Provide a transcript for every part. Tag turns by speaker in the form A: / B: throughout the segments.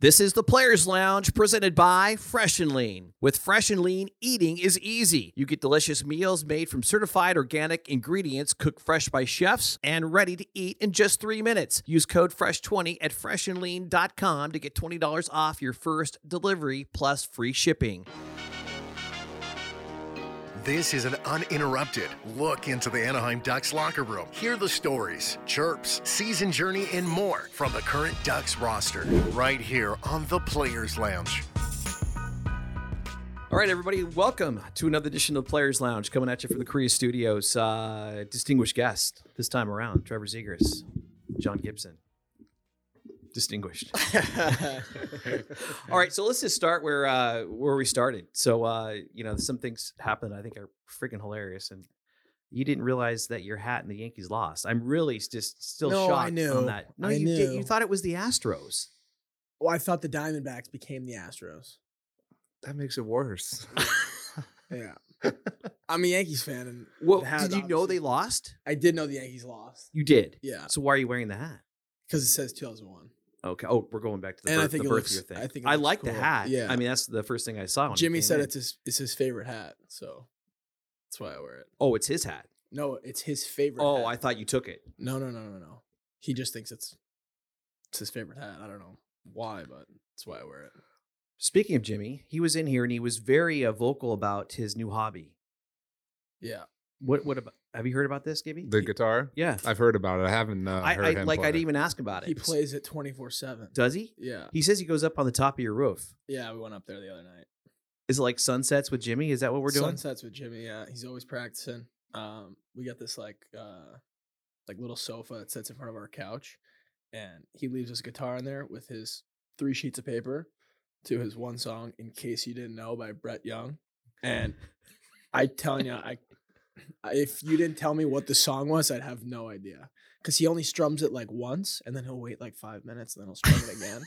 A: This is the Players Lounge presented by Fresh and Lean. With Fresh and Lean, eating is easy. You get delicious meals made from certified organic ingredients cooked fresh by chefs and ready to eat in just three minutes. Use code FRESH20 at freshandlean.com to get $20 off your first delivery plus free shipping.
B: This is an uninterrupted look into the Anaheim Ducks locker room. Hear the stories, chirps, season journey, and more from the current Ducks roster right here on the Players Lounge.
A: All right, everybody, welcome to another edition of the Players Lounge coming at you from the Korea Studios. Uh, distinguished guest this time around, Trevor Zegers, John Gibson. Distinguished. All right, so let's just start where uh, where we started. So uh, you know, some things happened I think are freaking hilarious, and you didn't realize that your hat and the Yankees lost. I'm really just still
C: No, I
A: shocked on
C: knew.
A: that. No,
C: I
A: you did.
C: knew.
A: You thought it was the Astros.
C: Well, I thought the Diamondbacks became the Astros.
D: That makes it worse.
C: Yeah. I'm a Yankees fan, and
A: Well,
C: it had,
A: did you know
C: obviously.
A: they lost?
C: I did know the Yankees lost.
A: You did.
C: Yeah,
A: So why are you wearing the hat?
C: because it says 2001.
A: Okay. Oh, we're going back to the,
C: And I
A: birth,
C: think
A: the
C: it
A: birth
C: looks-
A: year thing. I,
C: I think it looks
A: like the
C: cool.
A: hat.
C: Yeah.
A: I mean, that's the first thing I saw. When Oh, it
C: Jimmy
A: came
C: said
A: in.
C: it's his it's his favorite hat, so that's why I wear it.
A: Oh, it's his hat.
C: No, it's his favorite.
A: oh,
C: hat.
A: I thought you took it.
C: no no no no no. He just thinks it's it's his favorite hat. I don't know why, but that's why I wear it.
A: Speaking of Jimmy, he was in here and he was very uh, vocal about his new hobby.
C: Yeah,
A: What? What about? Have you heard about this, Gibby?
D: The guitar?
A: Yeah.
D: I've heard about it. I haven't uh,
A: I,
D: heard
A: I
D: him
A: like.
D: play
A: I didn't
D: it.
A: even ask about it.
C: he plays it 24 seven.
A: Does he?
C: Yeah,
A: He says he goes up on the top of your roof.
C: yeah. We went up there the other night.
A: Is it like sunsets with Jimmy? Is that what we're doing?
C: sunsets with Jimmy. Yeah, he's always practicing. Um, we got this like uh, like little sofa that sits in front of our couch, and he leaves his guitar in there with his three sheets of paper to his one song, "In Case You Didn't Know" by Brett Young. And I telling you, I I- if you didn't tell me what the song was, I'd have no idea. Cause he only strums it like once, and then he'll wait like five minutes, and then he'll strum it again.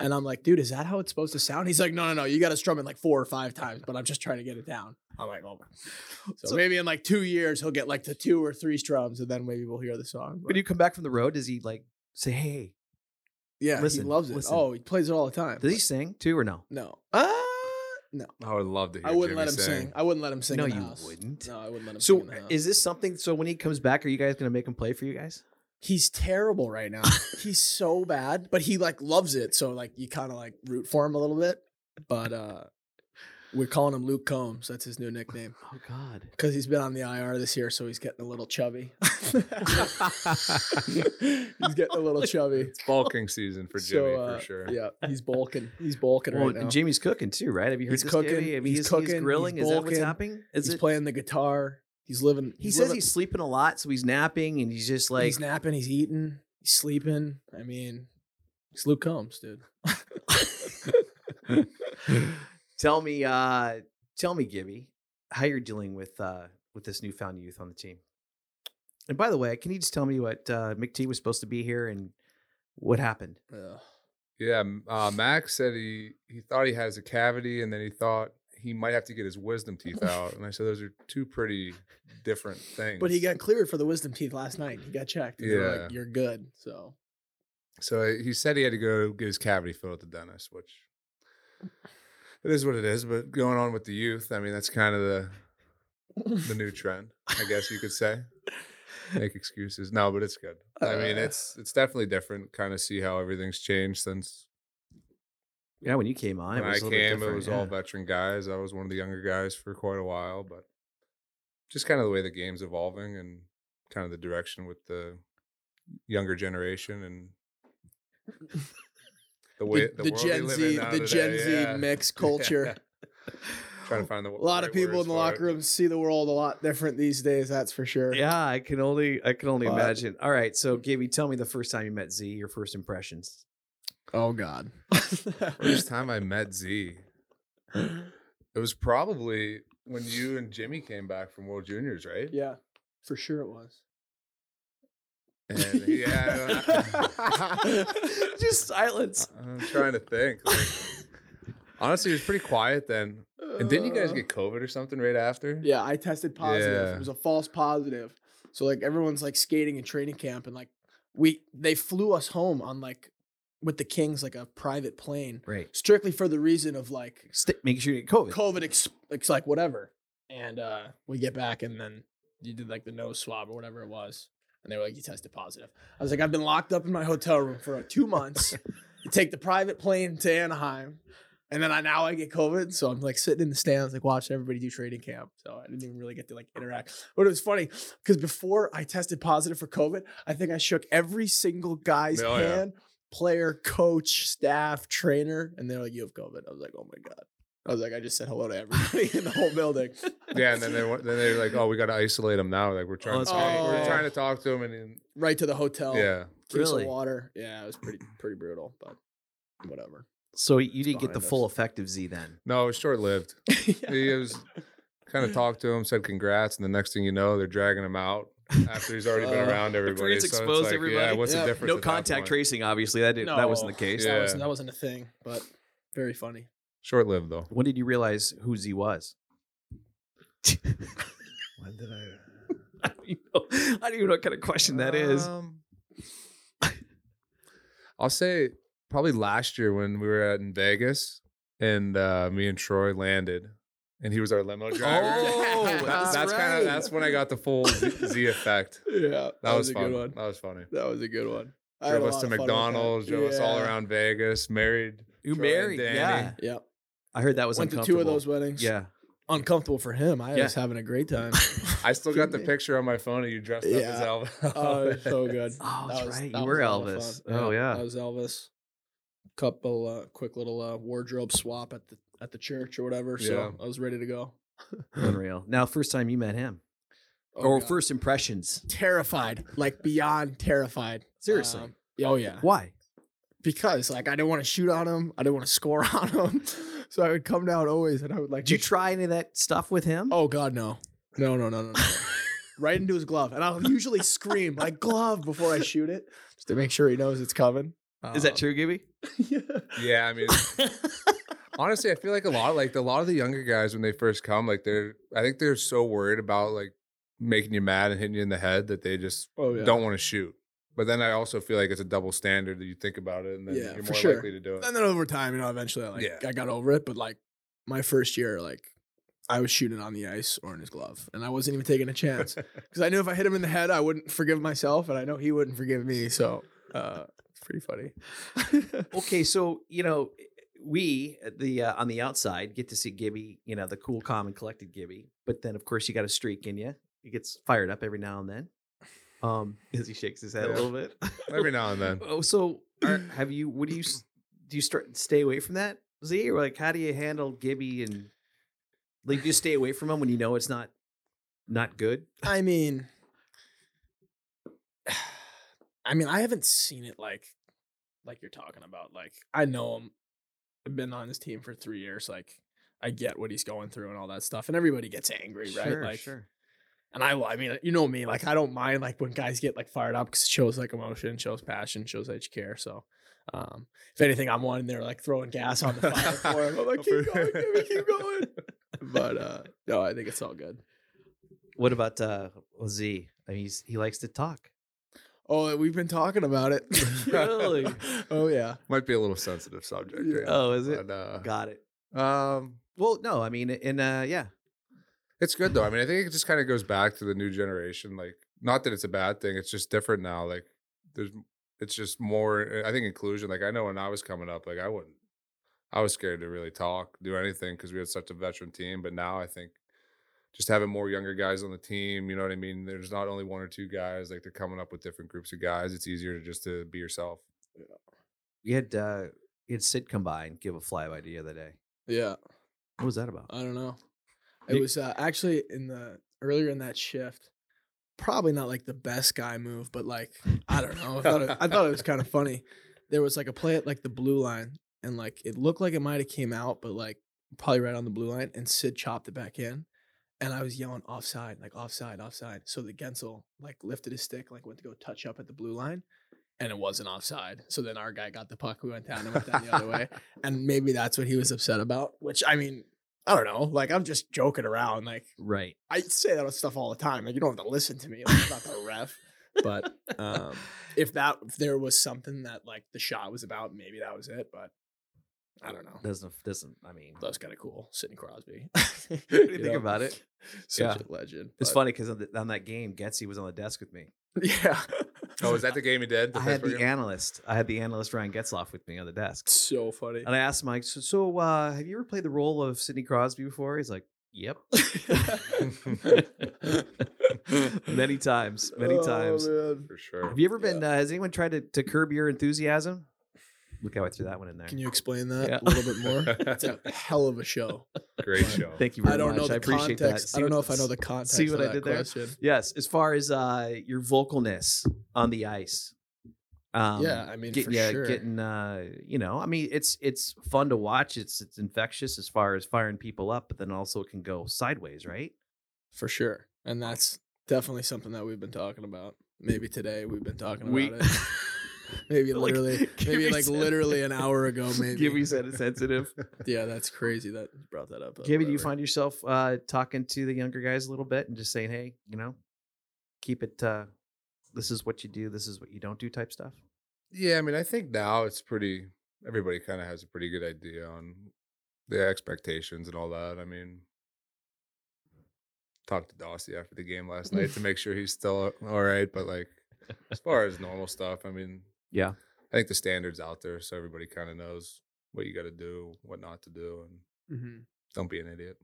C: And I'm like, dude, is that how it's supposed to sound? He's like, no, no, no, you got to strum it like four or five times, but I'm just trying to get it down. I'm like, oh. So,
A: So-
C: maybe in like two years, he'll get like the two or three strums, and then maybe we'll hear the song.
A: When
C: but-
A: you come back from the road, does he like say, "Hey"?
C: yeah,
A: listen,
C: he loves it.
A: listen.
C: Oh, he plays it all the time.
A: Does he Ah!
C: but-
A: sing too or no?
C: No. Uh, no.
D: I would love to hear
C: I wouldn't
D: Jimmy
C: let him sing. I wouldn't let him sing.
A: No,
C: in the
A: you
C: house.
A: wouldn't.
C: No, I wouldn't let him sing.
A: So
C: in the house.
A: is this something? So when he comes back, are you guys going to make him play for you guys?
C: he's terrible right now. he's so bad, but he like loves it. So like you kind of like root for him a little bit. But uh we're calling him Luke Combs. That's his new nickname
A: Oh God.
C: because he's been on the IR this year, so he's getting a little chubby. he's getting a little chubby
D: It's bulking season for
C: So,
D: Jimmy
C: uh,
D: for sure.
C: Yeah, he's bulking. He's bulking
A: Well,
C: right now.
A: and Jimmy's cooking too, right? Have you heard
C: He's
A: this,
C: cooking,
A: Gabby? I mean,
C: he's cooking, he's
A: grilling. is that what's
C: bulking,
A: happening? Is
C: he's
A: it?
C: playing the guitar. He's living.
A: he
C: he's
A: says
C: living-
A: he's sleeping a lot, so he's napping and he's just like.
C: he's napping, he's eating, he's sleeping. I mean, it's Luke Combs, dude.
A: tell me, uh, tell me, Gibby, how you're dealing with uh, with this newfound youth on the team. And by the way, can you just tell me what uh, McT was supposed to be here and what happened?
C: Ugh.
D: Yeah, m- uh, Max said he he thought he has a cavity, and then he thought he might have to get his wisdom teeth out. And I said those are two pretty different things.
C: But he got cleared for the wisdom teeth last night. He got checked. And yeah. They were
D: Yeah.
C: like, you're good. So
D: so uh, he said he had to go get his cavity filled at the dentist, which it is what it is. But going on with the youth, I mean, that's kind of the the new trend, I guess you could say. Make excuses. No, but it's good. I mean,
C: Uh.
D: it's it's definitely different. Kind of see how everything's changed since
A: Yeah, when you came on,
D: when
A: it
D: I
A: was a little bit
D: came. It
A: different,
D: was
A: yeah.
D: all veteran guys. I was one of the younger guys for quite a while, but just kind of the way the game's evolving and kind of the direction with the younger generation and the way
C: the,
D: the,
C: the
D: world we
C: Gen
D: live in
C: Z,
D: now
C: the Gen
D: today, yeah.
C: Z mix culture.
D: Trying to find the
C: A lot of people in the locker room see the world a lot different these days. That's for sure.
A: Yeah, I can only I can only
C: But-
A: imagine. All right, so Gibby, tell me the first time you met Z, your first impressions.
C: Oh God.
D: First time I met Z, it was probably when you and Jimmy came back from World Juniors, right?
C: yeah, for sure it was.
D: And yeah, I don't-
A: Just silence.
D: I'm trying to think. like, honestly, it was pretty quiet then. And didn't you guys
C: Uh,
D: get COVID or something right after?
C: Yeah, I tested positive.
D: Yeah.
C: It was a false positive. So like everyone's like skating in training camp and like we they flew us home on like with the Kings like a private plane,
A: Right.
C: strictly for the reason of like
A: St- making sure you get COVID.
C: COVID, ex- ex- like whatever. And uh, we get back, and then you did like the nose swab or whatever it was, and they were like, "You tested positive." I was like, "I've been locked up in my hotel room for uh, two months. You take the private plane to Anaheim, and then I now I get COVID, so I'm like sitting in the stands, like watching everybody do training camp. So I didn't even really get to like interact. But it was funny because before I tested positive for COVID, I think I shook every single guy's
D: Oh, yeah.
C: hand. Player, coach, staff, trainer, and they're like, "You have COVID." I was like, "Oh my god!" I was like, I just said hello to everybody in the whole building.
D: Yeah, and then they wa- then they're like, oh, we got to isolate him now. Like we're trying,
A: that's
D: to talk,
C: right.
D: we're
C: Oh.
D: trying to talk to him, and then,
C: right to the hotel.
D: yeah,
C: case
A: Really?
C: of water. Yeah, it was pretty pretty brutal, but whatever.
A: So you didn't get the
C: behind us.
A: full effect of Z then.
D: no, it was short lived. He was kind of talked to him, said congrats, and the next thing you know, they're dragging him out after he's already been
A: Uh,
D: around everybody.
A: Koreans
D: So it's
A: exposed
D: like, Yeah,
A: everybody.
D: what's
C: Yeah,
D: the difference?
A: No
D: at that
A: contact
D: point?
A: tracing, obviously. That didn't, that wasn't the
C: No,
A: case.
D: Yeah.
C: That, wasn't, that wasn't a thing, but very funny.
D: Short lived though.
A: When did you realize who Z was?
D: When did I?
A: I don't even know, I don't even know what kind of question that is.
C: Uh,
D: Um, I'll say probably last year when we were out in Vegas and uh, me and Troy landed, and he was our limo driver.
A: Oh,
D: That-
A: that's
D: kind
A: right.
D: of that's when I got the full Z, Z effect.
C: Yeah, that,
D: That, was,
C: a
D: fun.
C: good one.
D: That was funny.
C: That was a good one. I had
D: Drove
C: a
D: us
C: lot
D: to
C: of fun with that.
D: McDonald's. Drove us all
C: Yeah.
D: around Vegas. Married.
A: You
D: Troy and
A: married?
D: Danny.
A: Yeah.
C: Yep.
A: I heard that was
C: Went to
A: uncomfortable.
C: two of those weddings.
A: Yeah.
C: Uncomfortable for him. I
A: Yeah.
C: was having a great time.
D: I still got the
C: Kidding me.
D: picture on my phone of you dressed up as
C: Yeah.
D: Elvis.
C: Oh, it was so good.
A: Oh, that's
C: That was-
A: right.
C: that
A: You
C: was
A: were
C: a lot of
A: Elvis.
C: fun.
A: Oh yeah.
C: That was Elvis. Couple uh, quick little uh, wardrobe swap at the at the church or whatever. So
D: Yeah.
C: I was ready to go.
A: Unreal. Now, first time you met him,
C: Oh,
A: or
C: God.
A: first impressions?
C: terrified, like beyond terrified.
A: Seriously.
C: Um, oh yeah.
A: Why?
C: Because like I didn't want to shoot on him. I didn't want to score on him. So I would come down always and I would like
A: Did you
C: just-
A: try any of that stuff with him?
C: Oh god, no. No, no, no, no, no. right into his glove. And I'll usually scream like glove before I shoot it. Just to make sure he knows it's coming.
A: is
C: uh,
A: that true, Gibby?
C: yeah.
D: Uh, Yeah, I mean, honestly, I feel like a lot, like a lot of the younger guys when they first come, like they're, I think they're so worried about like making you mad and hitting you in the head that they just
C: Oh yeah.
D: don't want to shoot. But then I also feel like it's a double standard that you think about it, and then
C: Yeah,
D: you're
C: for
D: more
C: sure.
D: likely to do it.
C: and then over time, you know, eventually I like
D: Yeah.
C: I got over it, but like my first year, like I was shooting on the ice or in his glove, and I wasn't even taking a chance because I knew if I hit him in the head, I wouldn't forgive myself, and I know he wouldn't forgive me. So uh, it's pretty funny.
A: Okay, so you know, eh, we at the uh, on the outside get to see Gibby, you know, the cool, calm, and collected Gibby. But then, of course, you got a streak in you. He gets fired up every now and then, um, as he shakes his head
D: Yeah.
A: a little bit.
D: Every now and then.
A: oh, so are, have you? What do you s- do? You start stay away from that, Z, or like how do you handle Gibby and like do you stay away from him when you know it's not not good?
C: I mean, I mean, I haven't seen it like, like you're talking about. Like, I know him. I've been on this team for three years. Like, I get what he's going through and all that stuff. And everybody gets angry, right?
A: Sure,
C: like,
A: sure.
C: and I, I mean, you know me. Like, I don't mind like when guys get like fired up because it shows like emotion, shows passion, shows that you care. So. Um, if anything, I'm one there like throwing gas on the fire for him. I'm like, keep going, Jimmy, keep going. But uh no, I think it's all good.
A: What about uh, Z? I mean, he's, he likes to talk.
C: Oh, we've been talking about it.
A: Really?
C: oh yeah.
D: Might be a little sensitive subject.
C: Yeah.
D: right?
A: Oh, is it?
D: But, uh,
A: Got it.
D: um,
A: Well, no, I mean, and uh, yeah,
D: It's good though. I mean, I think it just kind of goes back to the new generation. Like, not that it's a bad thing. It's just different now. Like, there's, it's just more. I think inclusion. Like, I know when I was coming up, like I wouldn't, I was scared to really talk, do anything because we had such a veteran team. But now I think just having more younger guys on the team. You know what I mean? There's not only one or two guys. Like they're coming up with different groups of guys. It's easier to just to be yourself.
A: we had uh, we had Sid come by and give a flyby to you the other day.
C: Yeah.
A: What was that about?
C: I don't know.
A: You-
C: It was uh, actually in the earlier in that shift. Probably not like the best guy move, but like I don't know. I thought it, I thought it was kind of funny. There was like a play at like the blue line, and like it looked like it might have came out, but like probably right on the blue line, and Sid chopped it back in, and I was yelling offside, like offside, offside. So the Gensel like lifted his stick, like went to go touch up at the blue line, and it wasn't offside. So then our guy got the puck, we went down and went down the other way, and maybe that's what he was upset about. Which I mean, I don't know. Like I'm just joking around. Like
A: Right.
C: I say that stuff all the time. Like you don't have to listen to me. Like, I'm not the ref. But um, if that if there was something that like the shot was about, maybe that was it. But I don't know.
A: doesn't doesn't. I mean,
C: That was kind of cool, Sidney Crosby.
A: you think about it?
C: Such
A: Yeah.
C: a legend.
A: It's
C: but-
A: funny because on, the- on that game, Getsy was on the desk with me.
C: Yeah.
D: Oh, is that the game he did?
A: I had
D: Pittsburgh
A: the
D: game?
A: analyst. I had the analyst Ryan Getzloff with me on the desk,
C: so funny?
A: and I asked Mike, "So, so uh, have you ever played the role of Sidney Crosby before?" He's like, "Yep, many times, many
C: Oh,
A: times."
C: man.
D: for sure.
A: Have you ever been? Uh, has anyone tried to, to curb your enthusiasm? Look how I threw that one in there.
C: Can you explain that
A: Yeah.
C: a little bit more? That's a hell of a show.
D: Great show.
A: Thank you very
C: I don't
A: much.
C: know the
A: I appreciate
C: context.
A: that.
C: I don't
A: See
C: know
A: what-
C: if I know the context.
A: see what
C: of
A: I
C: that
A: did there?
C: question.
A: Yes, as far as uh, your vocalness on the ice. Um,
C: yeah, I mean,
A: get-
C: for
A: yeah,
C: sure.
A: getting uh, you know, I mean, it's it's fun to watch. It's it's infectious as far as firing people up, but then also it can go sideways, right?
C: for sure. And that's definitely something that we've been talking about. Maybe today we've been talking
A: We-
C: about it. Maybe
A: Like,
C: literally,
A: give
C: maybe
A: me
C: like
A: some-
C: literally an hour ago. Maybe.
A: Gibby said it's sensitive.
C: yeah, that's crazy that you brought that up. but
A: Gibby, do you
C: whatever.
A: find yourself uh, talking to the younger guys a little bit and just saying, "Hey, you know, keep it. Uh, this is what you do. This is what you don't do." Type stuff.
D: Yeah, I mean, I think now it's pretty. Everybody kind of has a pretty good idea on the expectations and all that. I mean, talked to Dossie after the game last night to make sure he's still all right. But like, as far as normal stuff, I mean,
A: Yeah.
D: I think the standards out there, so everybody kind of knows what you got to do, what not to do, and
C: Mhm.
D: don't be an idiot.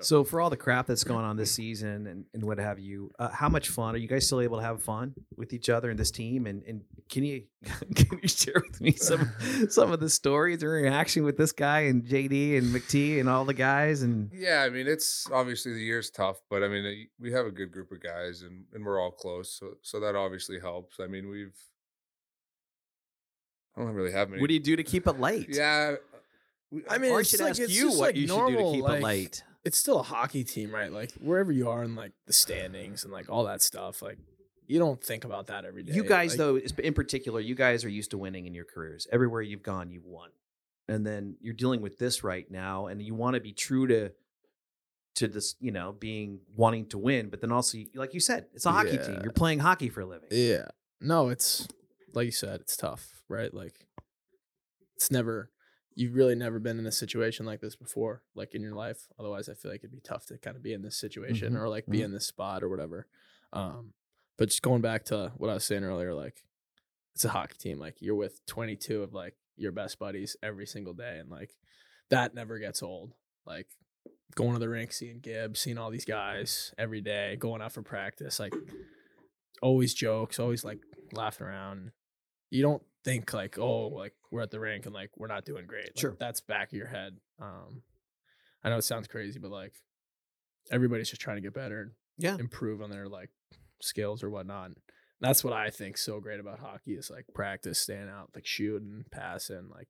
A: So for all the crap that's going on this season and, and what have you, uh, how much fun are you guys still able to have fun with each other and this team? And and can you can you share with me some some of the stories or interaction with this guy and JD and McT and all the guys and
D: Yeah, I mean, it's obviously the year's tough, but I mean, uh, we have a good group of guys, and and we're all close, so so that obviously helps. I mean, we've. I don't really have many.
A: what do you do to keep it light?
D: Yeah. we-
C: I mean,
A: or I
C: it's
A: should
C: like-
A: ask
C: it's
A: you
C: just
A: what
C: like
A: you should do to
C: normal,
A: keep it
C: like-
A: light.
C: It's still a hockey team, right? Like wherever you are in like the standings and like all that stuff, like you don't think about that every day.
A: You guys,
C: Like,
A: though, is- in particular, you guys are used to winning in your careers. Everywhere you've gone, you won, and then you're dealing with this right now, and you want to be true to to this, you know, being wanting to win, but then also, you- like you said, it's a hockey team.
C: Yeah.
A: You're playing hockey for a living.
C: Yeah. No, it's like you said, it's tough, right? Like it's never you've really never been in a situation like this before, like in your life. Otherwise I feel like it'd be tough to kind of be in this situation
A: Mhm,
C: or like be
A: mhm.
C: in this spot or whatever. Um but just going back to what I was saying earlier, like it's a hockey team. Like you're with twenty two of like your best buddies every single day and like that never gets old. Like going to the rink, seeing Gibbs, seeing all these guys every day, going out for practice, like always jokes, always like laughing around. You don't think like, oh, like we're at the rink and like we're not doing great. Like,
A: Sure.
C: that's back of your head. Um, I know it sounds crazy, but like everybody's just trying to get better and
A: Yeah.
C: improve on their like skills or whatnot. And that's what I think so great about hockey is like practice, staying out, like shooting, passing, like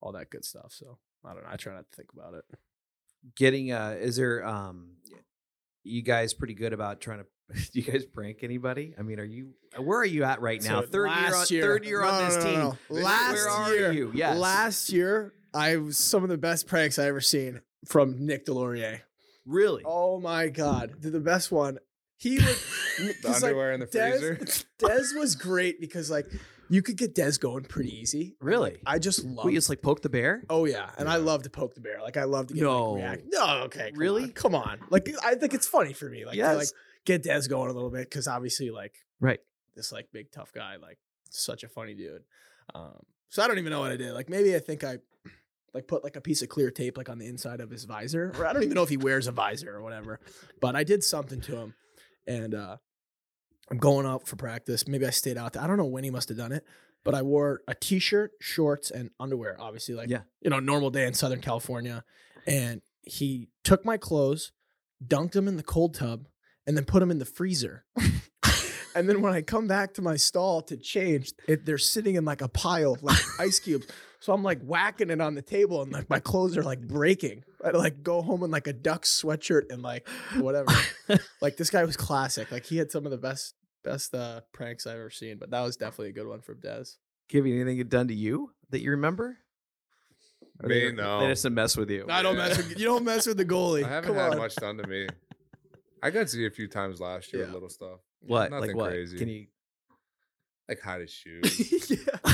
C: all that good stuff. So I don't know. I try not to think about it.
A: Getting, uh, is there, um, you guys pretty good about trying to? Do you guys prank anybody? I mean, are you? uh, Where are you at right now?
C: So
A: third year, on,
E: last year-
A: third year
E: No,
A: on
E: no,
A: this
E: no,
A: team.
E: no, no. Last
A: where are
E: year-
A: you? Yes.
E: Last year, I was some of the best pranks I ever seen.
C: From Nick Delorier.
A: really?
E: Oh my god, the the best one. He would
D: The
E: because like
D: underwear in the freezer.
E: Dez, Dez was great because like you could get Dez going pretty easy.
A: Really?
E: I just love.
A: we just like poke the bear.
E: oh yeah, and I love to poke the bear. Like I love to get
A: No.
E: like, react. No, okay, come
A: Really?
E: on, come on. Like I think it's funny for me. Like
A: Yes.
E: to, like get Dez going a little bit because obviously like
A: Right.
E: this like big tough guy, like such a funny dude. Um, so I don't even know what I did. Like maybe I think I like put like a piece of clear tape like on the inside of his visor, or I don't even know if he wears a visor or whatever. But I did something to him, and uh, I'm going out for practice. Maybe I stayed out. there. I don't know when he must have done it, but I wore a t-shirt, shorts, and underwear. Obviously, like
A: Yeah.
E: you know, normal day in Southern California, and he took my clothes, dunked them in the cold tub, and then put them in the freezer. and then when I come back to my stall to change, it, they're sitting in like a pile of like ice cubes. So I'm like whacking it on the table, and like my clothes are like breaking. I like go home in like a duck sweatshirt and like whatever. like this guy was classic. Like he had some of the best best uh, pranks I've ever seen. But that was definitely a good one from Dez.
A: Giving anything it done to you that you remember? Or
D: Me,
A: they,
D: no.
A: They just to mess with you.
E: I don't mess with you. Don't mess with the goalie.
D: I haven't
E: Come
D: had
E: on.
D: much done to me. I got to you a few times last year, with
E: Yeah.
D: little stuff.
A: What?
D: Nothing
A: like what?
D: crazy.
A: Can you
D: like hide his shoes.
C: yeah.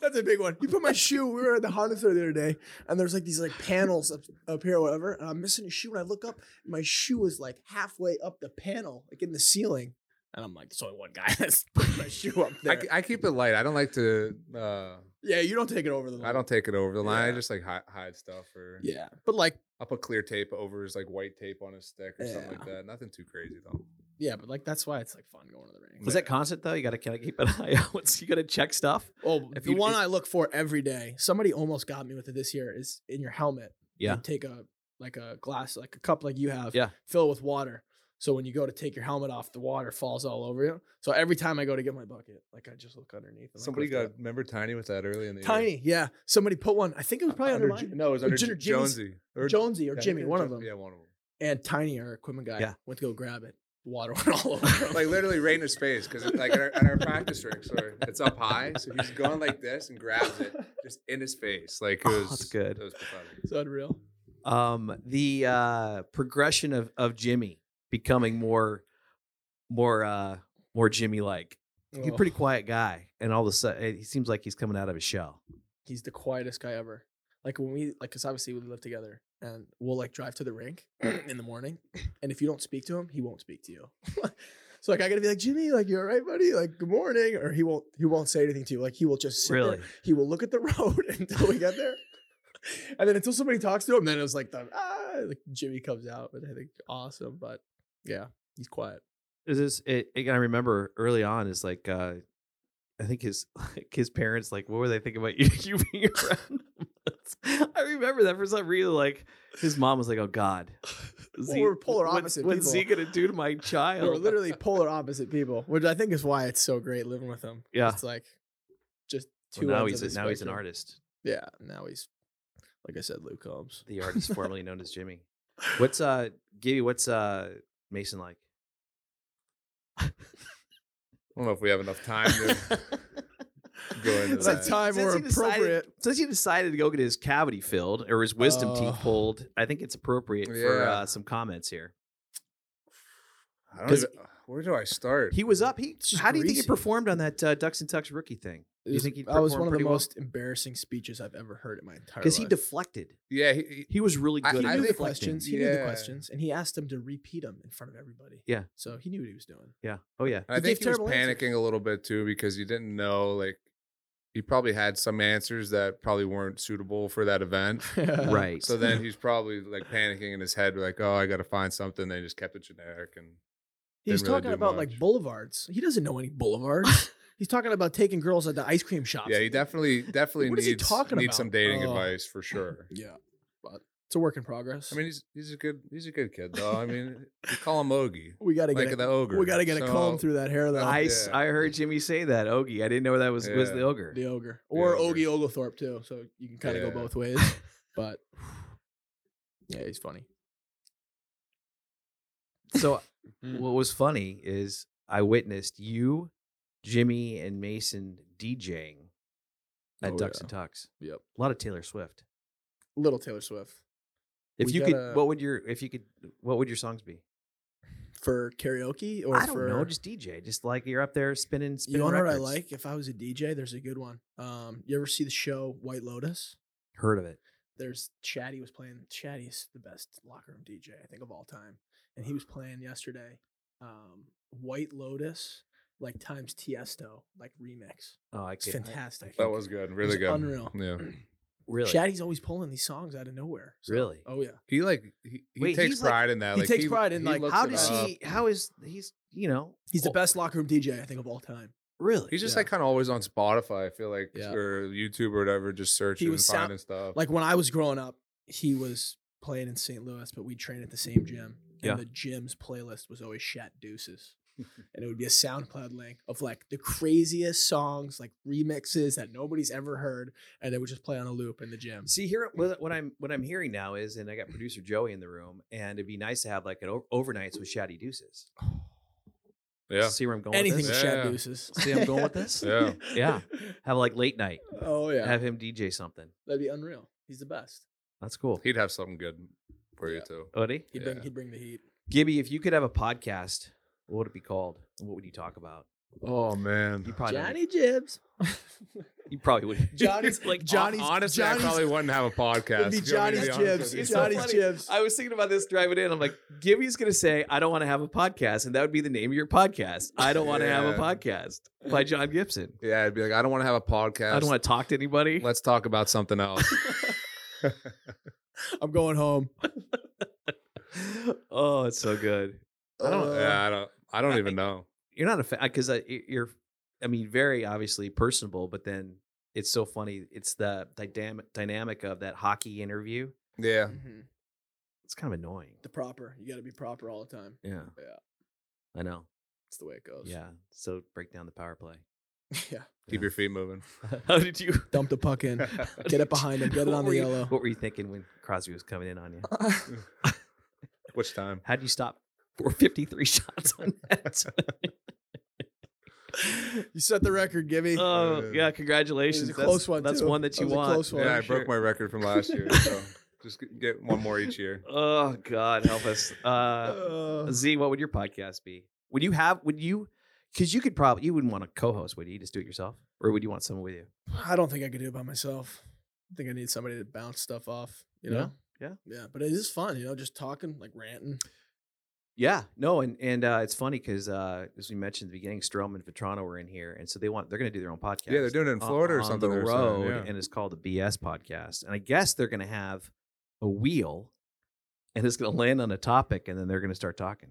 C: That's a big one. You put my shoe. We were at the Honda store the other day, and there's like these like panels up, up here, or whatever. And I'm missing a shoe, and I look up, and my shoe is like halfway up the panel, like in the ceiling.
F: And I'm like, there's only one guy that's putting my shoe up there.
D: I, I keep it light. I don't like to. Uh,
C: Yeah, you don't take it over the.
D: I don't take it over the line. I
F: Yeah.
D: just like hide, hide stuff or
F: yeah, but like,
D: I'll put clear tape over his like white tape on his stick or something like that. Nothing too crazy though.
F: yeah, but like that's why it's like fun going to the ring.
A: Was that constant though? You got to kind of keep an eye out. Once you got to check stuff.
F: Oh,
A: If
F: the
A: you-
F: one
A: if-
F: I look for every
C: every day. Somebody almost got me with it this year. Is in your helmet.
A: Yeah.
C: You take a like a glass, like a cup, like you have.
A: Yeah.
C: Fill it with water. So when you go to take your helmet off, the water falls all over you. So every time I go to get my bucket, like I just look underneath. and, like,
D: Somebody
C: lift it
D: got
C: up.
D: remember Tiny with that early in the year?
C: tiny. Yeah. Somebody put one. I think it was probably under,
D: under,
C: mine.
D: J- no, it was under
C: Jimmy-
D: J-
C: Jimmy's-
D: Jonesy or
C: Jonesy or
D: Yeah,
C: Jimmy,
D: yeah,
C: one of
D: Jo-
C: them.
D: Yeah, one of them.
C: And Tiny, our equipment guy,
A: Yeah.
C: went to go grab it. Water went all over. him.
D: Like literally right in his face because like at our, at our practice ring, so it's up high, so he's going like this and grabs it just in his face. Like it
A: Oh,
D: was
A: that's good.
D: It was pathetic.
C: it's unreal.
A: Um, the uh, progression of of Jimmy becoming more, more, uh, more Jimmy like. He's a
C: Oh,
A: pretty quiet guy, and all of a sudden, he seems like he's coming out of his shell.
C: he's the quietest guy ever. Like when we like, cause obviously we live together, and we'll like drive to the rink in the morning, and if you don't speak to him, he won't speak to you. so like I gotta be like Jimmy, like you all right, buddy? Like good morning, or he won't he won't say anything to you. Like he will just sit there.
A: Really?
C: He will look at the road until we get there, and then until somebody talks to him, then it was like the ah, like Jimmy comes out, and I think awesome, but yeah, he's quiet.
A: Is this? It, it, I remember early on is like, uh, I think his like his parents like, what were they thinking about you, you being around? him?" I remember that for some reason. Like his mom was like, "Oh God,
C: Well, we're polar
A: what-
C: opposite
A: What's he
C: people.
A: gonna do to my child?"
C: We're literally polar opposite people, which I think is why it's so great living with him.
A: Yeah.
C: it's like just
A: Well,
C: two.
A: now
C: ends
A: he's
C: of the
A: a, now he's an
C: spectrum.
A: artist.
C: Yeah, now he's like I said, Luke Combs.
A: the artist formerly known as Jimmy. What's uh Gibby, what's uh Mason like?
D: I don't know if we have enough time to go into
C: It's a
D: that.
C: time
A: Since
C: more
A: he decided-
C: appropriate.
A: Since he decided to go get his cavity filled or his wisdom teeth
C: Oh.
A: pulled, I think it's appropriate for
D: Yeah.
A: uh, some comments here.
D: I don't
A: 'Cause-
D: even- uh, where do I start?
A: He was up. He
C: just
A: how do you think he
C: greasy.
A: performed on that uh, Ducks and Tucks rookie thing?
C: It
A: You
C: was-
A: think he
C: that
A: performed
C: was one of the
A: pretty well?
C: most embarrassing speeches I've ever heard in my entire life.
A: Because he deflected.
D: yeah, he, he-
A: He was really
D: I-
A: good.
C: he
A: at
C: knew the
A: deflecting.
C: questions. He knew the
D: Yeah.
C: questions, and he asked them to repeat them in front of everybody.
A: Yeah.
C: So he knew what he was doing.
A: Yeah. Oh yeah.
D: I
C: He gave
D: think he was
C: terrible answers.
D: panicking a little bit too because he didn't know like he probably had some answers that probably weren't suitable for that event.
A: Right.
D: So then he's probably like panicking in his head, like, "Oh, I got to find something." They just kept it generic, and
C: He's
D: Didn't really
C: talking
D: do
C: about like
D: much.
C: boulevards. He doesn't know any boulevards. He's talking about taking girls at the ice cream shops.
D: yeah, he definitely definitely
C: What is he
D: needs
C: talking
D: needs some
C: about?
D: dating
C: Oh.
D: advice for sure.
C: Yeah. But it's a work in progress.
D: I mean, he's he's a good he's a good kid though. I mean, we call him Ogie,
C: we gotta
D: like
C: get
D: the
C: a,
D: ogre.
C: we gotta get a comb
D: So-
C: through that hair though.
A: I, s-
D: yeah.
A: I heard Jimmy say that Ogie. I didn't know that was was
D: Yeah.
A: the ogre.
C: the ogre or
D: ogre.
C: Ogie Oglethorpe too. So you can kind of
D: Yeah.
C: go both ways. But yeah, he's funny.
A: So
C: Hmm.
A: what was funny is I witnessed you, Jimmy, and Mason DJing at
C: Oh,
A: Ducks
C: yeah.
A: and Tucks.
C: Yep.
A: A lot of Taylor Swift.
C: Little Taylor Swift
A: If
C: We
A: you
C: gotta-
A: could, what would your if you could, what would your songs be?
C: for karaoke or
A: I don't
C: for
A: know. Just DJ. Just like you're up there spinning.
C: you
A: spinning
C: know what I
A: records.
C: like? If I was a DJ, there's a good one. Um, you ever see the show White Lotus?
A: Heard of it?
C: There's Chatty was playing. Chatty is the best locker room DJ I think of all time, and he was playing yesterday. Um, White Lotus, like times Tiesto, like remix.
A: Oh, I
C: It's
A: can't.
C: fantastic.
D: That was good, really
C: It's
D: good,
C: unreal.
D: Yeah,
A: Really?
C: Chatty's always pulling these songs out of nowhere. so-
A: Really?
C: Oh yeah.
D: he like he, he
A: Wait,
D: takes
A: he's, like-
D: pride in that.
C: he
D: like,
C: takes pride in, like,
D: looks
A: How
D: it
A: does
D: up.
A: he? How is he's? You know,
C: He's the
A: oh,
C: best locker room DJ I think of all time.
A: Really?
D: He's just
C: Yeah.
D: like kind of always on Spotify. I feel like
C: Yeah.
D: or YouTube or whatever, just searching
C: was
D: and
C: sou-
D: finding stuff.
C: Like when I was growing up, he was playing in St. Louis, but we trained at the same gym. And
A: Yeah.
C: the gym's playlist was always Shat Deuces. and it would be a SoundCloud link of like the craziest songs, like remixes that nobody's ever heard. And it would just play on a loop in the gym.
A: See here, what what I'm what I'm hearing now is, and I got producer Joey in the room, and it'd be nice to have like an o- overnights with Shatty Deuces.
D: yeah,
A: See where I'm going.
C: Anything
A: With
C: with
A: this?
C: Shat
D: Yeah.
C: Deuces.
A: See, I'm going with this?
D: Yeah.
A: Yeah. Have like late night.
C: Oh, yeah.
A: Have him DJ something.
C: That'd be unreal. He's the best.
A: That's cool.
D: he'd have something good for you
C: Yeah.
D: too.
A: Woody,
C: He'd, bring,
D: Yeah.
C: he'd bring the heat.
A: Gibby, if you could have a podcast, what would it be called? And What would you talk about?
D: Oh
A: You
D: man.
A: probably don't-
C: Johnny Jibs.
A: You probably would.
E: Johnny's-
A: like
E: Johnny's-
D: honestly,
E: Johnny's-
D: I probably wouldn't have a podcast.
E: It'd be
D: if you want me
E: Johnny's
D: to be honest
E: Jibs.
D: with
A: It's
D: you.
A: so
E: Johnny's
A: funny.
E: Jibs.
A: I was thinking about this driving in. I'm like, Gibby's gonna say, "I don't want to have a podcast," and that would be the name of your podcast. I don't want to have
D: Yeah.
A: a podcast by John Gibson.
D: Yeah, I'd be like, I don't want to have a podcast.
A: I don't want to talk to anybody.
D: Let's talk about something else.
E: I'm going home.
A: oh, it's so good.
D: I don't.
C: Uh,
D: yeah, I don't. I don't
A: I-
D: even know.
A: You're not a fan because you're, I mean, very obviously personable, but then it's so funny. It's the dynamic dynamic of that hockey interview.
D: Yeah.
C: Mhm.
A: It's kind of annoying.
C: The proper. You got to be proper all the time.
A: Yeah.
C: Yeah.
A: I know.
C: That's the way it goes.
A: Yeah. So break down the power play.
C: yeah.
D: Keep
A: Yeah.
D: your feet moving.
A: How did you
E: Dump the puck in. Get it behind him. Get it
A: What
E: on
A: were
E: the
A: you-
E: yellow.
A: What were you thinking when Crosby was coming in on you?
D: Which time?
A: How'd you stop 453 shots on that?
E: You set the record, Gibby.
A: oh, yeah.
E: It
A: Congratulations.
E: was a
A: That's-
E: close one,
A: That's
E: too.
A: one that
E: That
A: you
E: was a
A: want.
E: close one.
D: yeah, I
E: Sure.
D: broke my record from last year. So just g- get one more each year.
A: Oh, God, help us. Uh, Z, what would your podcast be? Would you have, would you, because you could probably, you wouldn't want a co host, would you? You Just do it yourself? Or would you want someone with you?
E: I don't think I could do
C: Do it by myself. I think I need somebody to bounce stuff off. You know.
A: Yeah.
C: Yeah. But it is fun. You know, just talking, like ranting.
A: Yeah, no, and and uh, it's funny because uh, as we mentioned at the beginning, Strom and Vitrano were in here, and so they want they're going to do their own podcast.
D: Yeah, they're doing it in
A: on-
D: Florida or
A: on
D: something.
A: The
D: or
A: road,
D: something, yeah.
A: and it's called the BS podcast. And I guess they're going to have a wheel, and it's going to land on a topic, and then they're going to start talking.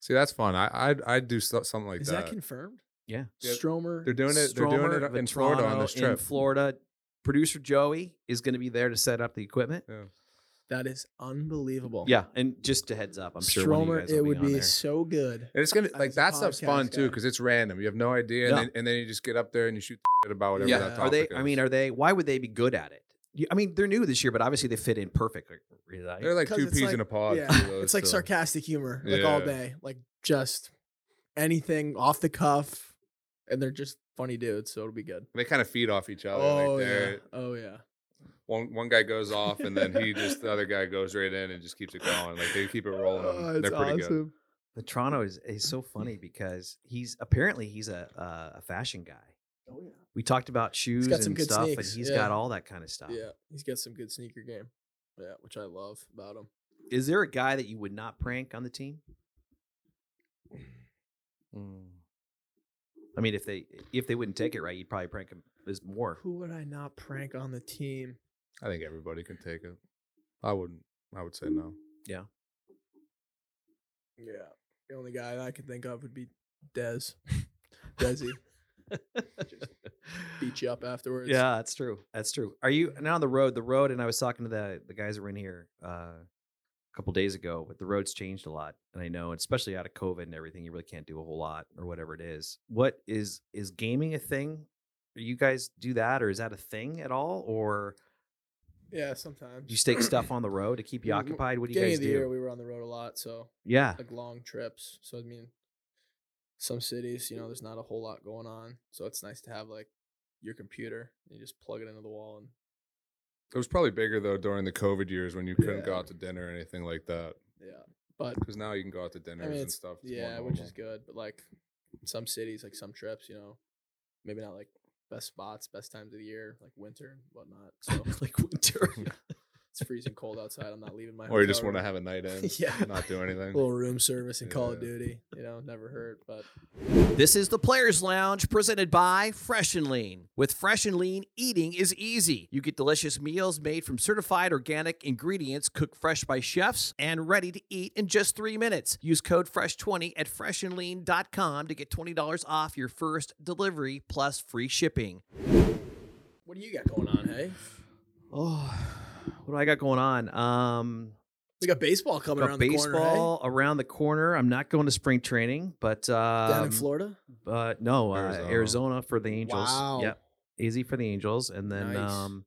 D: See, that's fun. I I'd, I'd do so, something like
C: Is that
D: that.
C: confirmed?
A: Yeah.
D: Yeah.
C: Stromer.
D: they're doing it.
A: Stromer,
D: they're doing it in Florida on
A: Vetrano
D: this trip.
A: In Florida, producer Joey is going to be there to set up the equipment.
D: Yeah.
C: That is unbelievable.
A: Yeah, and just a heads up, I'm sure one of you
C: Stromer,
A: guys will
C: it would
A: on
C: be
A: there.
C: so good.
D: And it's gonna
C: I
D: like
C: was a
D: that stuff's fun
C: podcast
D: too
C: guy.
D: because it's random. You have no
A: Yeah.
D: idea, and, then, and then you just get up there and you shoot the shit about whatever
A: yeah.
D: that topic
A: are they?
D: is.
A: I mean, are they? Why would they be good at it? You- I mean, they're new this year, but obviously they fit in perfectly. right?
D: they're like
E: 'Cause
D: two
E: it's
D: peas
E: like-
D: in a pod.
E: yeah,
D: too, though,
E: It's like
D: so-
E: sarcastic humor, like all
D: uh, Yeah.
E: day.
C: Like just anything off the cuff, and they're just funny dudes, so it'll be good.
D: They kind of feed off each other.
C: Oh
D: like
C: yeah.
D: they're-
C: Oh yeah.
D: One one guy goes off, and then he just the other guy goes right in and just keeps it going. Like they keep it rolling.
C: Oh,
D: they're pretty good.
A: The Toronto is is so funny because he's apparently he's a uh, a fashion guy.
C: Oh yeah.
A: We talked about shoes
C: got some
A: and
C: good
A: stuff,
C: sneaks,
A: and he's
C: yeah.
A: got all that kind of stuff.
C: Yeah, he's got some good sneaker game. Yeah, which I love about him.
A: Is there a guy that you would not prank on the team? Mm. I mean, if they if they wouldn't take it right, you'd probably prank him as more.
C: Who would I not prank on the team?
D: I think everybody can take it. I wouldn't. I would say no.
C: Yeah, the only guy that I could think of would be Dez. Desi beat you up afterwards.
A: Yeah, that's true. That's true. Are you now on the road? The road, and I was talking to the the guys who were in here uh, a couple days ago. But the road's changed a lot, and I know, especially out of COVID and everything, you really can't do a whole lot or whatever it is. What is is gaming a thing? Do you guys do that, or is that a thing at all, or
C: yeah. Sometimes
A: do you stake stuff on the road to keep you
C: Yeah, we-
A: occupied? What do you guys
C: Beginning Mm, of the
A: do?
C: year, we were on the road a lot, so
A: yeah,
C: like long trips. So I mean, some cities, you know, there's not a whole lot going on, so it's nice to have like your computer. You just plug it into the wall and
D: It was probably bigger though during the COVID years when you couldn't go
C: Yeah.
D: out to dinner or anything like that.
C: yeah. But
D: Because now you can go out to dinners and
C: it's-
D: stuff. It's more
C: Yeah, which is
D: normal.
C: good. But like some cities, like some trips, you know, maybe not like best spots, best times of the year, like winter and whatnot. So
A: like winter.
C: it's freezing cold outside. I'm not leaving my.
D: Or you just
C: hotel
D: want to
C: room.
D: have a night in,
C: Yeah.
D: not do anything.
C: little room service and Call of
D: Yeah.
C: Duty. You know, never hurt, but
A: This is the Players Lounge presented by Fresh and Lean. With Fresh and Lean, eating is easy. You get delicious meals made from certified organic ingredients, cooked fresh by chefs, and ready to eat in just three minutes. Use code FRESH20 at freshandlean.com to get $20 off your first delivery plus free shipping.
C: what do you got going on? Hey,
A: Oh, what do I got going on? Um,
C: we got baseball coming
A: got
C: around the corner. Hey?
A: baseball around the corner. I'm not going to spring training, but um,
C: Down in Florida,
A: Uh, no, uh, Arizona.
D: Arizona.
A: for the Angels.
C: Wow.
A: Yep. Easy for the Angels, and then
C: Nice.
A: um,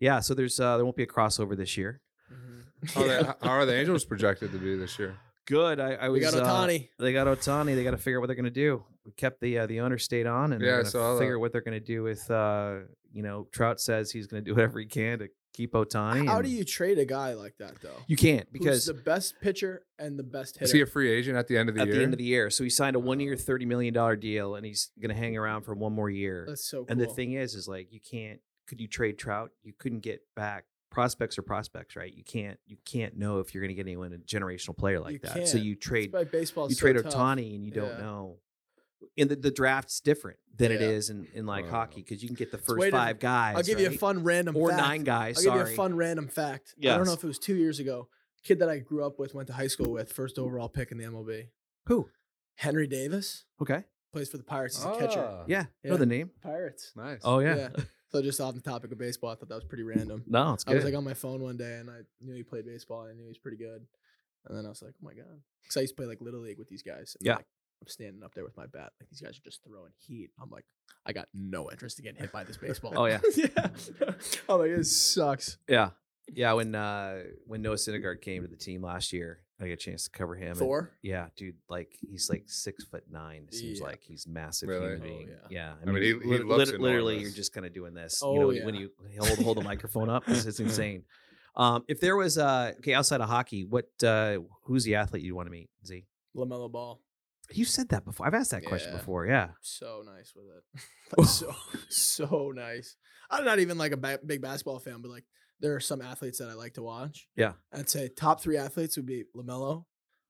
A: yeah. So there's uh, there won't be a crossover this year. oh,
D: How are, they, how are the Angels projected to be this year?
A: Good. I, I
C: we
A: was.
C: got
A: uh,
C: Otani.
A: they got Otani. They got to figure out what they're going to do. We kept the uh, the owner stayed on, and
D: Yeah, I
A: they're
D: saw
A: going
D: that.
A: to figure what they're going to do with. Uh, you know, Trout says he's going to do whatever he can to keep Otani.
C: How do you trade a guy like that though?
A: You can't
C: Who's
A: because
C: the best pitcher and the best
D: Is he
C: hitter.
D: a free agent at the end of the
A: at
D: year?
A: the end of the year, so he signed a one-year, thirty million dollar deal, and he's going to hang around for one more year.
C: That's so cool.
A: And the thing is, is like you can't. Could you trade Trout? You couldn't get back prospects or prospects, right? You can't. You can't know if you're going to get anyone a generational player like
C: You
A: that. So
C: can't.
A: you
C: That's
A: trade.
C: why baseball.
A: You
C: so
A: trade
C: tough.
A: Otani, and you don't
C: Yeah.
A: know. And the, the draft's different than it
C: Yeah. Oh.
A: is in, in like
D: Wow.
A: hockey because you can get the
C: way
A: first
C: different.
A: five guys.
C: I'll give you a
A: right?
C: fun random
A: or
C: fact.
A: nine guys.
C: I'll
A: sorry.
C: give you a fun random fact. I don't know
A: Yes.
C: if it was two years ago. Kid that I grew up with, went to high school with, first overall pick in the MLB.
A: Who?
C: Henry Davis
A: Okay.
C: plays for the Pirates as a catcher.
D: Ah,
A: Yeah. Know
C: Yeah.
A: the name.
C: Pirates.
D: Nice.
A: Oh.
C: So just off the topic of baseball, I thought that was pretty random.
A: No, it's
C: I
A: good.
C: was like on my phone one day and I knew he played baseball and I knew he was pretty good. And then I was like, oh my God. Because I used to play like Little League with these guys. and,
A: Yeah.
C: like, I'm standing up there with my bat. Like these guys are just throwing heat. I'm like, I got no interest in getting hit by this baseball.
A: Oh, yeah. Mm.
C: yeah. I'm like, this sucks.
A: yeah. Yeah. When uh when Noah Syndergaard came to the team last year, I got a chance to cover him. and-
C: Four.
A: yeah, dude, like he's like six foot nine. it Seems
C: Yeah.
A: like he's massive
D: Really?
A: human
C: Oh,
A: being.
C: yeah.
A: yeah.
D: I mean, he- he
A: lit-
D: looks
A: lit- literally, you're
D: enormous.
A: just kind of doing this. you
C: Oh,
A: know, when
C: yeah.
A: you hold hold the microphone up, it's, it's insane. Um, if there was uh okay outside of hockey, what uh who's the athlete you want to meet? Z.
C: LaMelo ball.
A: You said that before. I've asked that question
C: Yeah.
A: before. Yeah.
C: So nice with it. Like, so so nice. I'm not even like a ba- big basketball fan, but like there are some athletes that I like to watch.
A: Yeah.
C: I'd say top three athletes would be Lamelo,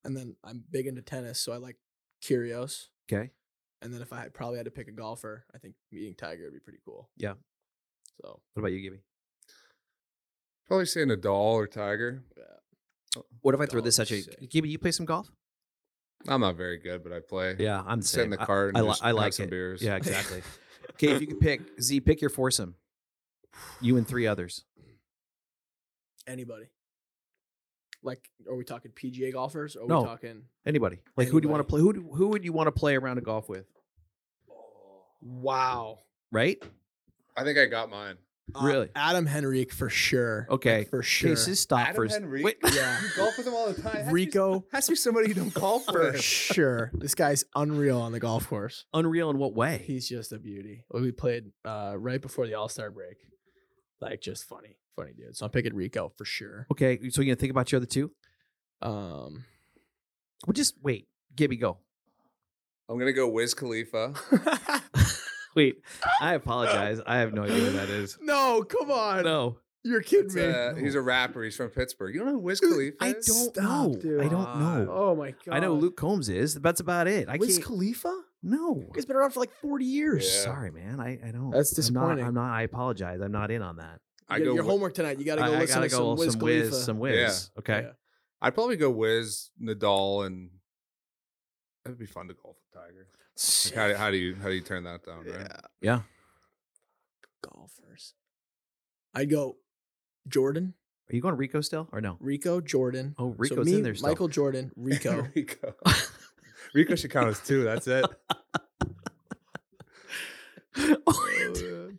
C: and then I'm big into tennis, so I like Curios.
A: Okay.
C: And then if I had- probably had to pick a golfer, I think meeting Tiger would be pretty cool.
A: Yeah.
C: So
A: What about you, Gibby?
D: Probably say Nadal or Tiger.
A: What if I throw
C: Golf
A: this
C: is
A: at you?
C: Oh, sick.
A: Gibby, you play some golf?
D: I'm not very good, but I play.
A: Yeah, I'm the
D: Sit in
A: same.
D: the
A: I-
D: car and
A: I, li-
D: just
A: I
D: have
A: like
D: some
A: it.
D: beers.
A: Yeah, exactly. okay, if you could pick Z, pick your foursome. You and three others.
C: anybody. Like, are we talking PGA golfers? Or are
A: No.
C: we talking
A: Anybody? Like, who do you want to
C: Anybody.
A: play? Who do, who would you want to play a round of golf with?
C: Wow? uh,
A: Right?
D: I think I got mine.
A: Really?
C: Adam Henrique for sure. Like,
A: Okay.
C: for sure.
A: Okay, so stop
D: Adam
A: first.
D: Henrique?
A: Wait,
C: yeah.
D: You golf with him all the time. Has to be-
C: Rico
D: has to be somebody you don't golf
C: for sure. This guy's unreal on the golf course.
A: unreal in what way?
C: He's just a beauty. We played uh, right before the All Star break. Like just funny, funny dude. So I'm picking Rico for sure.
A: okay, so you gonna think about your other two?
C: Um,
A: Well, just wait. Gibby, go.
D: I'm gonna go Wiz Khalifa.
A: Wait, I apologize. I have no idea what that is.
C: no, come on,
A: No,
C: you're kidding
D: It's,
C: me.
D: uh, He's a rapper. He's from Pittsburgh. You don't know who Wiz Khalifa?
A: I don't
D: is?
A: know.
C: dude.
A: I don't know.
C: oh my god,
A: I know Luke Combs is. That's about it. I
C: Wiz
A: can't.
C: Khalifa.
A: no.
C: He's been around for like 40 years.
D: Yeah.
A: Sorry, man. I, I don't.
C: That's
A: I'm
C: disappointing.
A: not, I'm not. I apologize. I'm not in on that.
D: I
C: You-
D: go.
C: your
D: Wi-
C: homework tonight. You gotta go
A: I, I
C: listen
A: gotta
C: to some
A: go
C: Wiz
A: some
C: Khalifa.
A: whiz, some whiz. Okay.
C: Yeah.
D: I'd probably go Wiz, Nadal, and that would be fun to golf with Tiger. Like, how, do, how do you how do you turn that down? Right?
A: Yeah.
C: golfers. I'd go Jordan,
A: Are you going Rico still or no?
C: Rico, Jordan.
A: Oh,
C: So
A: Rico's
C: me,
A: in there still.
C: Michael Jordan, Rico.
D: Rico. Rico should count as two. That's it.
A: Oh,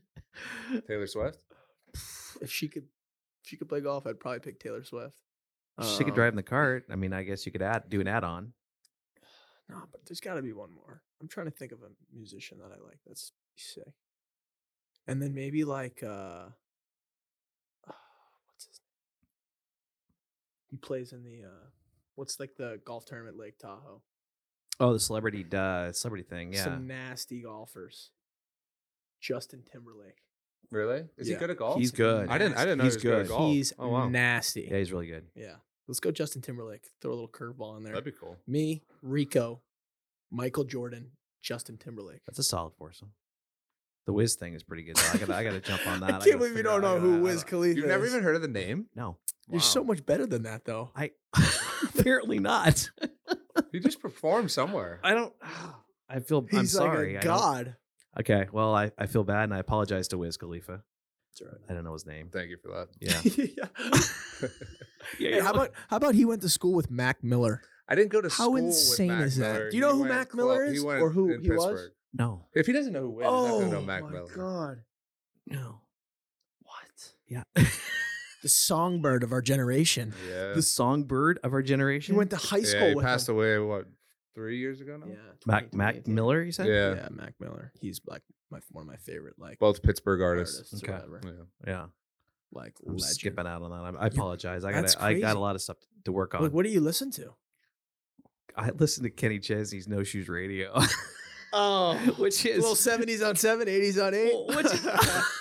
D: Taylor Swift.
C: if she could, if she could play golf, I'd probably pick Taylor Swift.
A: she could
C: Um,
A: drive in the cart. I mean, I guess you could add do an add on.
C: No, but there's got to be one more. I'm trying to think of a musician that I like. That's sick. And then maybe like uh, what's his name? He plays in the uh, what's like the golf tournament Lake Tahoe.
A: Oh, the celebrity uh, celebrity thing. Yeah.
C: Some nasty golfers. Justin Timberlake.
D: Really? Is
C: Yeah.
D: he good at golf?
A: He's good.
D: I didn't. I didn't know
A: He's
D: he was good.
A: good.
D: at golf.
C: He's
D: oh wow,
C: nasty.
A: yeah, he's really good.
C: Yeah. Let's go Justin Timberlake. Throw a little curveball in there.
D: that'd be cool.
C: Me, Rico, Michael Jordan, Justin Timberlake.
A: That's a solid foursome. The Wiz thing is pretty good. Though. I got I got to jump on that.
C: I
A: gotta
C: can't believe you
A: figure out-
C: don't
A: I
C: know
A: gotta- I
C: who Wiz
A: gotta-
C: Khalifa
D: You've never
C: is.
D: even heard of the name?
A: No,
C: You're so
D: Wow.
C: much better than that, though.
A: I apparently not.
D: He just performed somewhere.
A: I don't. I feel.
C: He's
A: I'm sorry.
C: like
A: I
C: a
A: don't-
C: god.
A: Okay. Well, I, I feel bad and I apologize to Wiz Khalifa.
C: That's right.
A: I don't know his name.
D: Thank you for that.
A: Yeah.
C: yeah.
A: yeah
C: Hey, how about how about he went to school with Mac Miller?
D: I didn't go to
C: How
D: school.
C: insane
D: with Mac
C: is that?
D: Miller.
C: Do you know
D: He
C: who
D: went
C: Mac
D: clo-
C: Miller is
D: He went
C: or who
D: in
C: he was?
D: Pittsburgh.
A: no?
D: If he doesn't know who Wiz, he's not gonna know Mac
C: Oh my
D: Miller.
C: god!
A: No.
C: What?
A: Yeah.
C: The songbird of our generation.
D: Yeah.
A: the songbird of our
C: He
A: generation.
C: went to high school
D: yeah, he
C: with
D: passed
C: him.
D: away what three years ago now.
A: Mac Mac
C: 2018.
A: Miller. You said.
D: Yeah.
C: Yeah. Mac Miller. He's like my one of my favorite like
D: Both Pittsburgh artists.
C: artists. or
A: Okay.
C: whatever.
D: Yeah.
A: Yeah.
G: like
A: I'm
G: legend.
A: skipping out on that. I, I apologize. I
C: That's
A: got I got
C: crazy.
A: a lot of stuff to work on.
C: Like, what do you listen to?
A: I listen to Kenny Chesney's No Shoes Radio,
C: Oh,
A: which is
C: little seventies on seven, eighties on eight.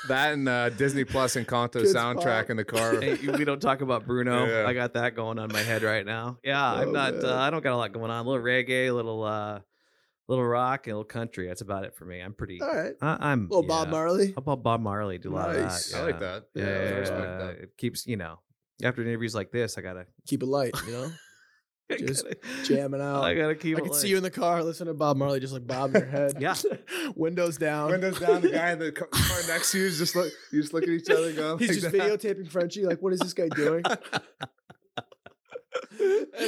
D: That and uh, Disney Plus Encanto
C: Kids
D: soundtrack
C: Pop.
D: in the car.
A: Hey, we don't talk about Bruno.
D: Yeah.
A: I got that going on my head right now. Yeah, I'm
C: Oh,
A: not.
C: man.
A: Uh, I don't got a lot going on. A little reggae, a little uh, little rock, and a little country. That's about it for me. I'm pretty.
C: All right,
A: I, I'm
C: little Bob
A: yeah.
C: Marley.
A: How about Bob Marley? Do a lot
C: Nice.
A: of that.
D: I like
A: yeah.
D: that.
A: Yeah,
D: I
A: yeah,
D: respect
A: yeah.
D: that.
A: uh, it keeps you know. After interviews like this, I gotta
C: Keep it light, you know,
A: I
C: Just
A: gotta-
C: jamming out.
A: I gotta keep.
C: I
A: it
C: could
A: light.
C: see you in the car listening to Bob Marley, just like bob in your head.
A: Yeah.
C: windows down.
D: Windows down, the guy in the ca- car next to you is just like you just look at each other and go.
C: He's
D: like
C: just
D: that.
C: videotaping Frenchie. Like, what is this guy doing?
A: That's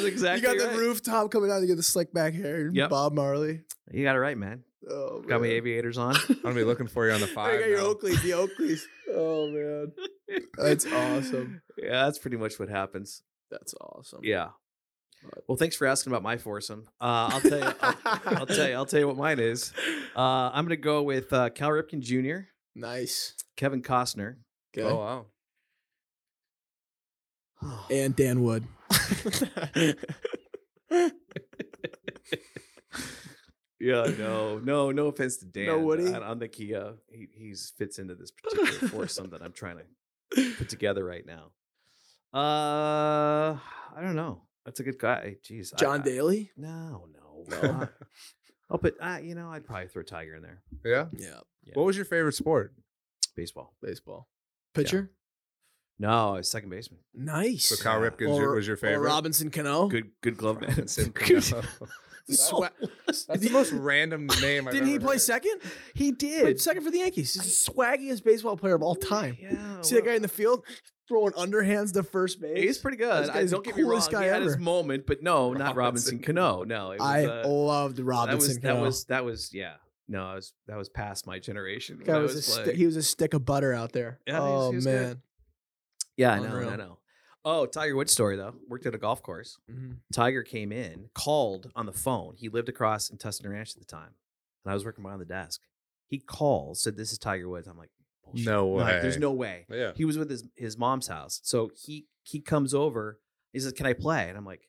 A: exactly.
C: you got
A: right.
C: the rooftop coming out. You get the slick back hair.
A: Yep.
C: Bob Marley.
A: You got it right, man.
C: Oh,
A: Got my
C: man.
A: aviators on.
D: I'm gonna be looking for you on the
C: Oh,
D: five.
C: you got your
D: now.
C: Oakleys. The Oakleys. Oh man, That's awesome.
A: Yeah, that's pretty much what happens.
C: that's awesome.
A: Yeah.
C: But-
A: Well, thanks for asking about my foursome. Uh, I'll tell you. I'll, I'll tell you. I'll tell you what mine is. Uh, I'm gonna go with uh, Cal Ripken Jr.,
C: Nice.
A: Kevin Costner,
C: Okay.
D: Oh wow.
C: and Dan Wood.
A: Yeah, no, no, no offense to Dan.
C: No Woody?
A: I don't think he uh he he's fits into this particular foursome that I'm trying to put together right now. Uh, I don't know. That's a good guy. Jeez, I-
C: John
A: I-
C: Daly.
A: No, no. Well, I, oh, but uh, you know, I'd probably throw Tiger in there.
D: Yeah.
C: Yeah.
D: What was your favorite sport?
A: Baseball.
C: Baseball. Pitcher.
A: No, it's second baseman.
C: Nice.
D: So Kyle
A: Yeah.
D: Ripken
C: Or-
D: was your
C: Or
D: favorite.
C: Robinson Cano.
A: Good, good glove man.
D: Robinson
A: Good-
D: Cano.
C: Swa-
D: That's the most random name. I've
C: Didn't he
D: ever
C: play
D: heard. Oh.
C: second?
A: he
C: Played
A: did.
C: second for the Yankees. He's the swaggiest baseball player of all time.
A: Yeah.
C: See that
A: well,
C: guy in the field throwing underhands to first base.
A: He's pretty good.
C: This
A: I,
C: guy's the
A: don't get me wrong.
C: coolest
A: He
C: guy
A: had his
C: ever.
A: moment, but no, not Robinson
D: Robinson.
A: Cano. No, it was,
C: I
A: uh,
C: loved Robinson
A: That
C: Cano.
A: was that was that was yeah. No, I was that was past my generation.
C: Guy
A: when I
C: was a
A: was
C: sti-
A: playing.
C: he was a stick of butter out there.
A: Yeah, he was-
C: oh
A: he was good.
C: man.
A: yeah, I know,
C: Unreal.
A: I know. Oh, Tiger Woods story though. Worked at a golf course.
D: Mm-hmm.
A: Tiger came in, called on the phone. He lived across in Tustin Ranch at the time, and I was working behind the desk. He calls, said, "This is Tiger Woods." I'm like, Bullshit.
D: No way.
A: like, there's no way."
D: Yeah.
A: He was with his his mom's house, so he he comes over. He says, "Can I play?" And I'm like,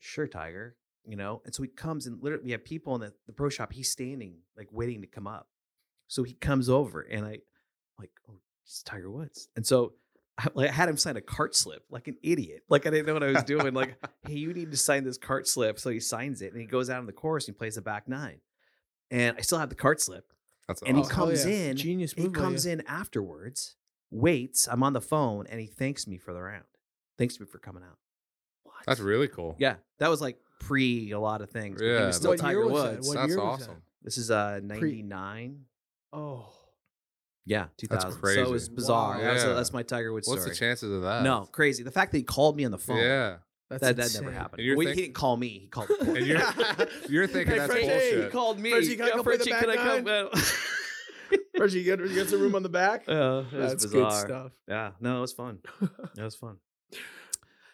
A: "Sure, Tiger." You know, and so he comes and literally we have people in the, the pro shop. He's standing like waiting to come up. So he comes over, and I I'm like, "Oh, it's Tiger Woods." And so I like, had him sign a cart slip like an idiot. Like I didn't know what I was doing. Like hey, you need to sign this cart slip. So he signs it and he goes out on the course and he plays the back nine. And I still have the cart slip.
D: That's
A: And he
D: awesome.
A: comes in.
C: Oh, Genius
A: He comes in afterwards, waits. I'm on the phone and he thanks me for the round. Thanks me for coming out. What?
D: That's really cool.
A: Yeah. That was like pre a lot of things. but He
D: Yeah,
A: was still
D: What
A: Tiger Woods.
C: What
D: That's
C: year was that?
D: awesome.
A: This is uh 99.
C: Oh.
A: Yeah, 2000. So
D: crazy.
A: it was bizarre.
D: Wow.
A: That's,
D: Yeah.
A: that's my Tiger Woods
D: What's
A: story.
D: the chances of that?
A: No, crazy. The fact that he called me on the phone.
D: Yeah.
C: That's
A: That, that
C: insane.
A: never happened.
D: And you're
A: Well, he
D: think-
A: didn't call me. He called. the
D: And you're you're thinking
C: Hey,
D: that's
C: Frenchie,
D: bullshit.
A: called me.
C: Frenchie, can I
A: Yeah,
C: come play the
A: Frenchie, can
C: back
A: I come-
C: Reggie, you got, you got some room on the back?
A: Uh, uh, it was
C: That's
A: bizarre.
C: good stuff.
A: Yeah, no, it was fun. That was fun.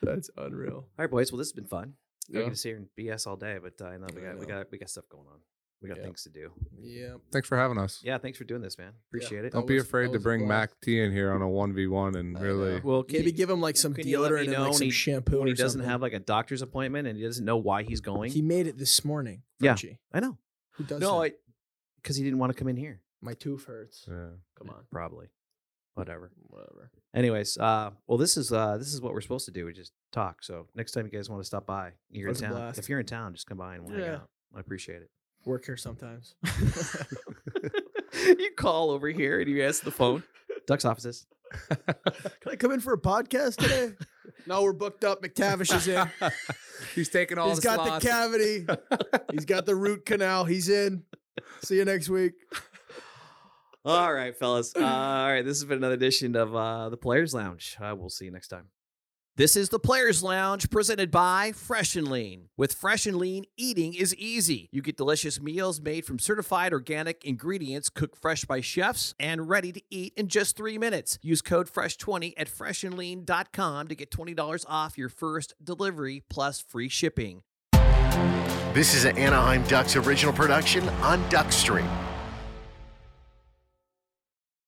C: That's unreal.
A: All right, boys. Well, this has been fun. We're
C: Yeah.
A: gonna sit here and BS all day, but uh, I know we
C: I
A: got we
C: know.
A: got we got stuff going on. We got
C: Yeah.
A: things to do.
C: Yeah.
D: Thanks for having us.
A: Yeah, thanks for doing this, man. Appreciate it.
D: Don't be
C: was-
D: afraid
C: that
D: to
C: was a
D: bring
C: blast.
D: Mac T in here on a one v one and
C: I
D: really.
C: know.
A: Well, can
C: Maybe
A: you-
C: give him like some
A: can you let me
C: deodorant and
A: know
C: like
A: when
C: some
A: he-
C: shampoo
A: when
C: or
A: he doesn't
C: something.
A: have like a doctor's appointment and he doesn't know why he's going.
C: He made it this morning.
A: Yeah.
C: Frenchie.
A: I know.
C: Who does
A: No, I
C: that?
A: because he didn't want to come in here.
C: My tooth hurts.
D: Yeah.
C: Come on.
A: Probably. Whatever.
C: Whatever.
A: Anyways, uh, well, this is uh, this is what we're supposed to do. We just talk. So next time you guys want to stop by, you're
C: That's a
A: in town.
C: blast.
A: If you're in town, just come by and we'll hang
C: Yeah.
A: out. I appreciate
C: Work here sometimes.
A: it. you call over here and you answer the phone. Duck's offices.
C: Can I come in for a podcast today? no, we're booked up. McTavish is in.
D: He's taking all
C: He's
D: the
C: got
D: slots.
C: the cavity. He's got the root canal. He's in. See you next week.
A: All right, fellas. Uh, all right, this has been another edition of uh, the Players Lounge. Uh, we'll see you next time. This is the Players Lounge presented by Fresh and Lean. With Fresh and Lean, eating is easy. You get delicious meals made from certified organic ingredients cooked fresh by chefs and ready to eat in just three minutes. Use code FRESH20 at freshandlean.com to get $20 off your first delivery plus free shipping.
B: This is an Anaheim Ducks original production on Duckstream.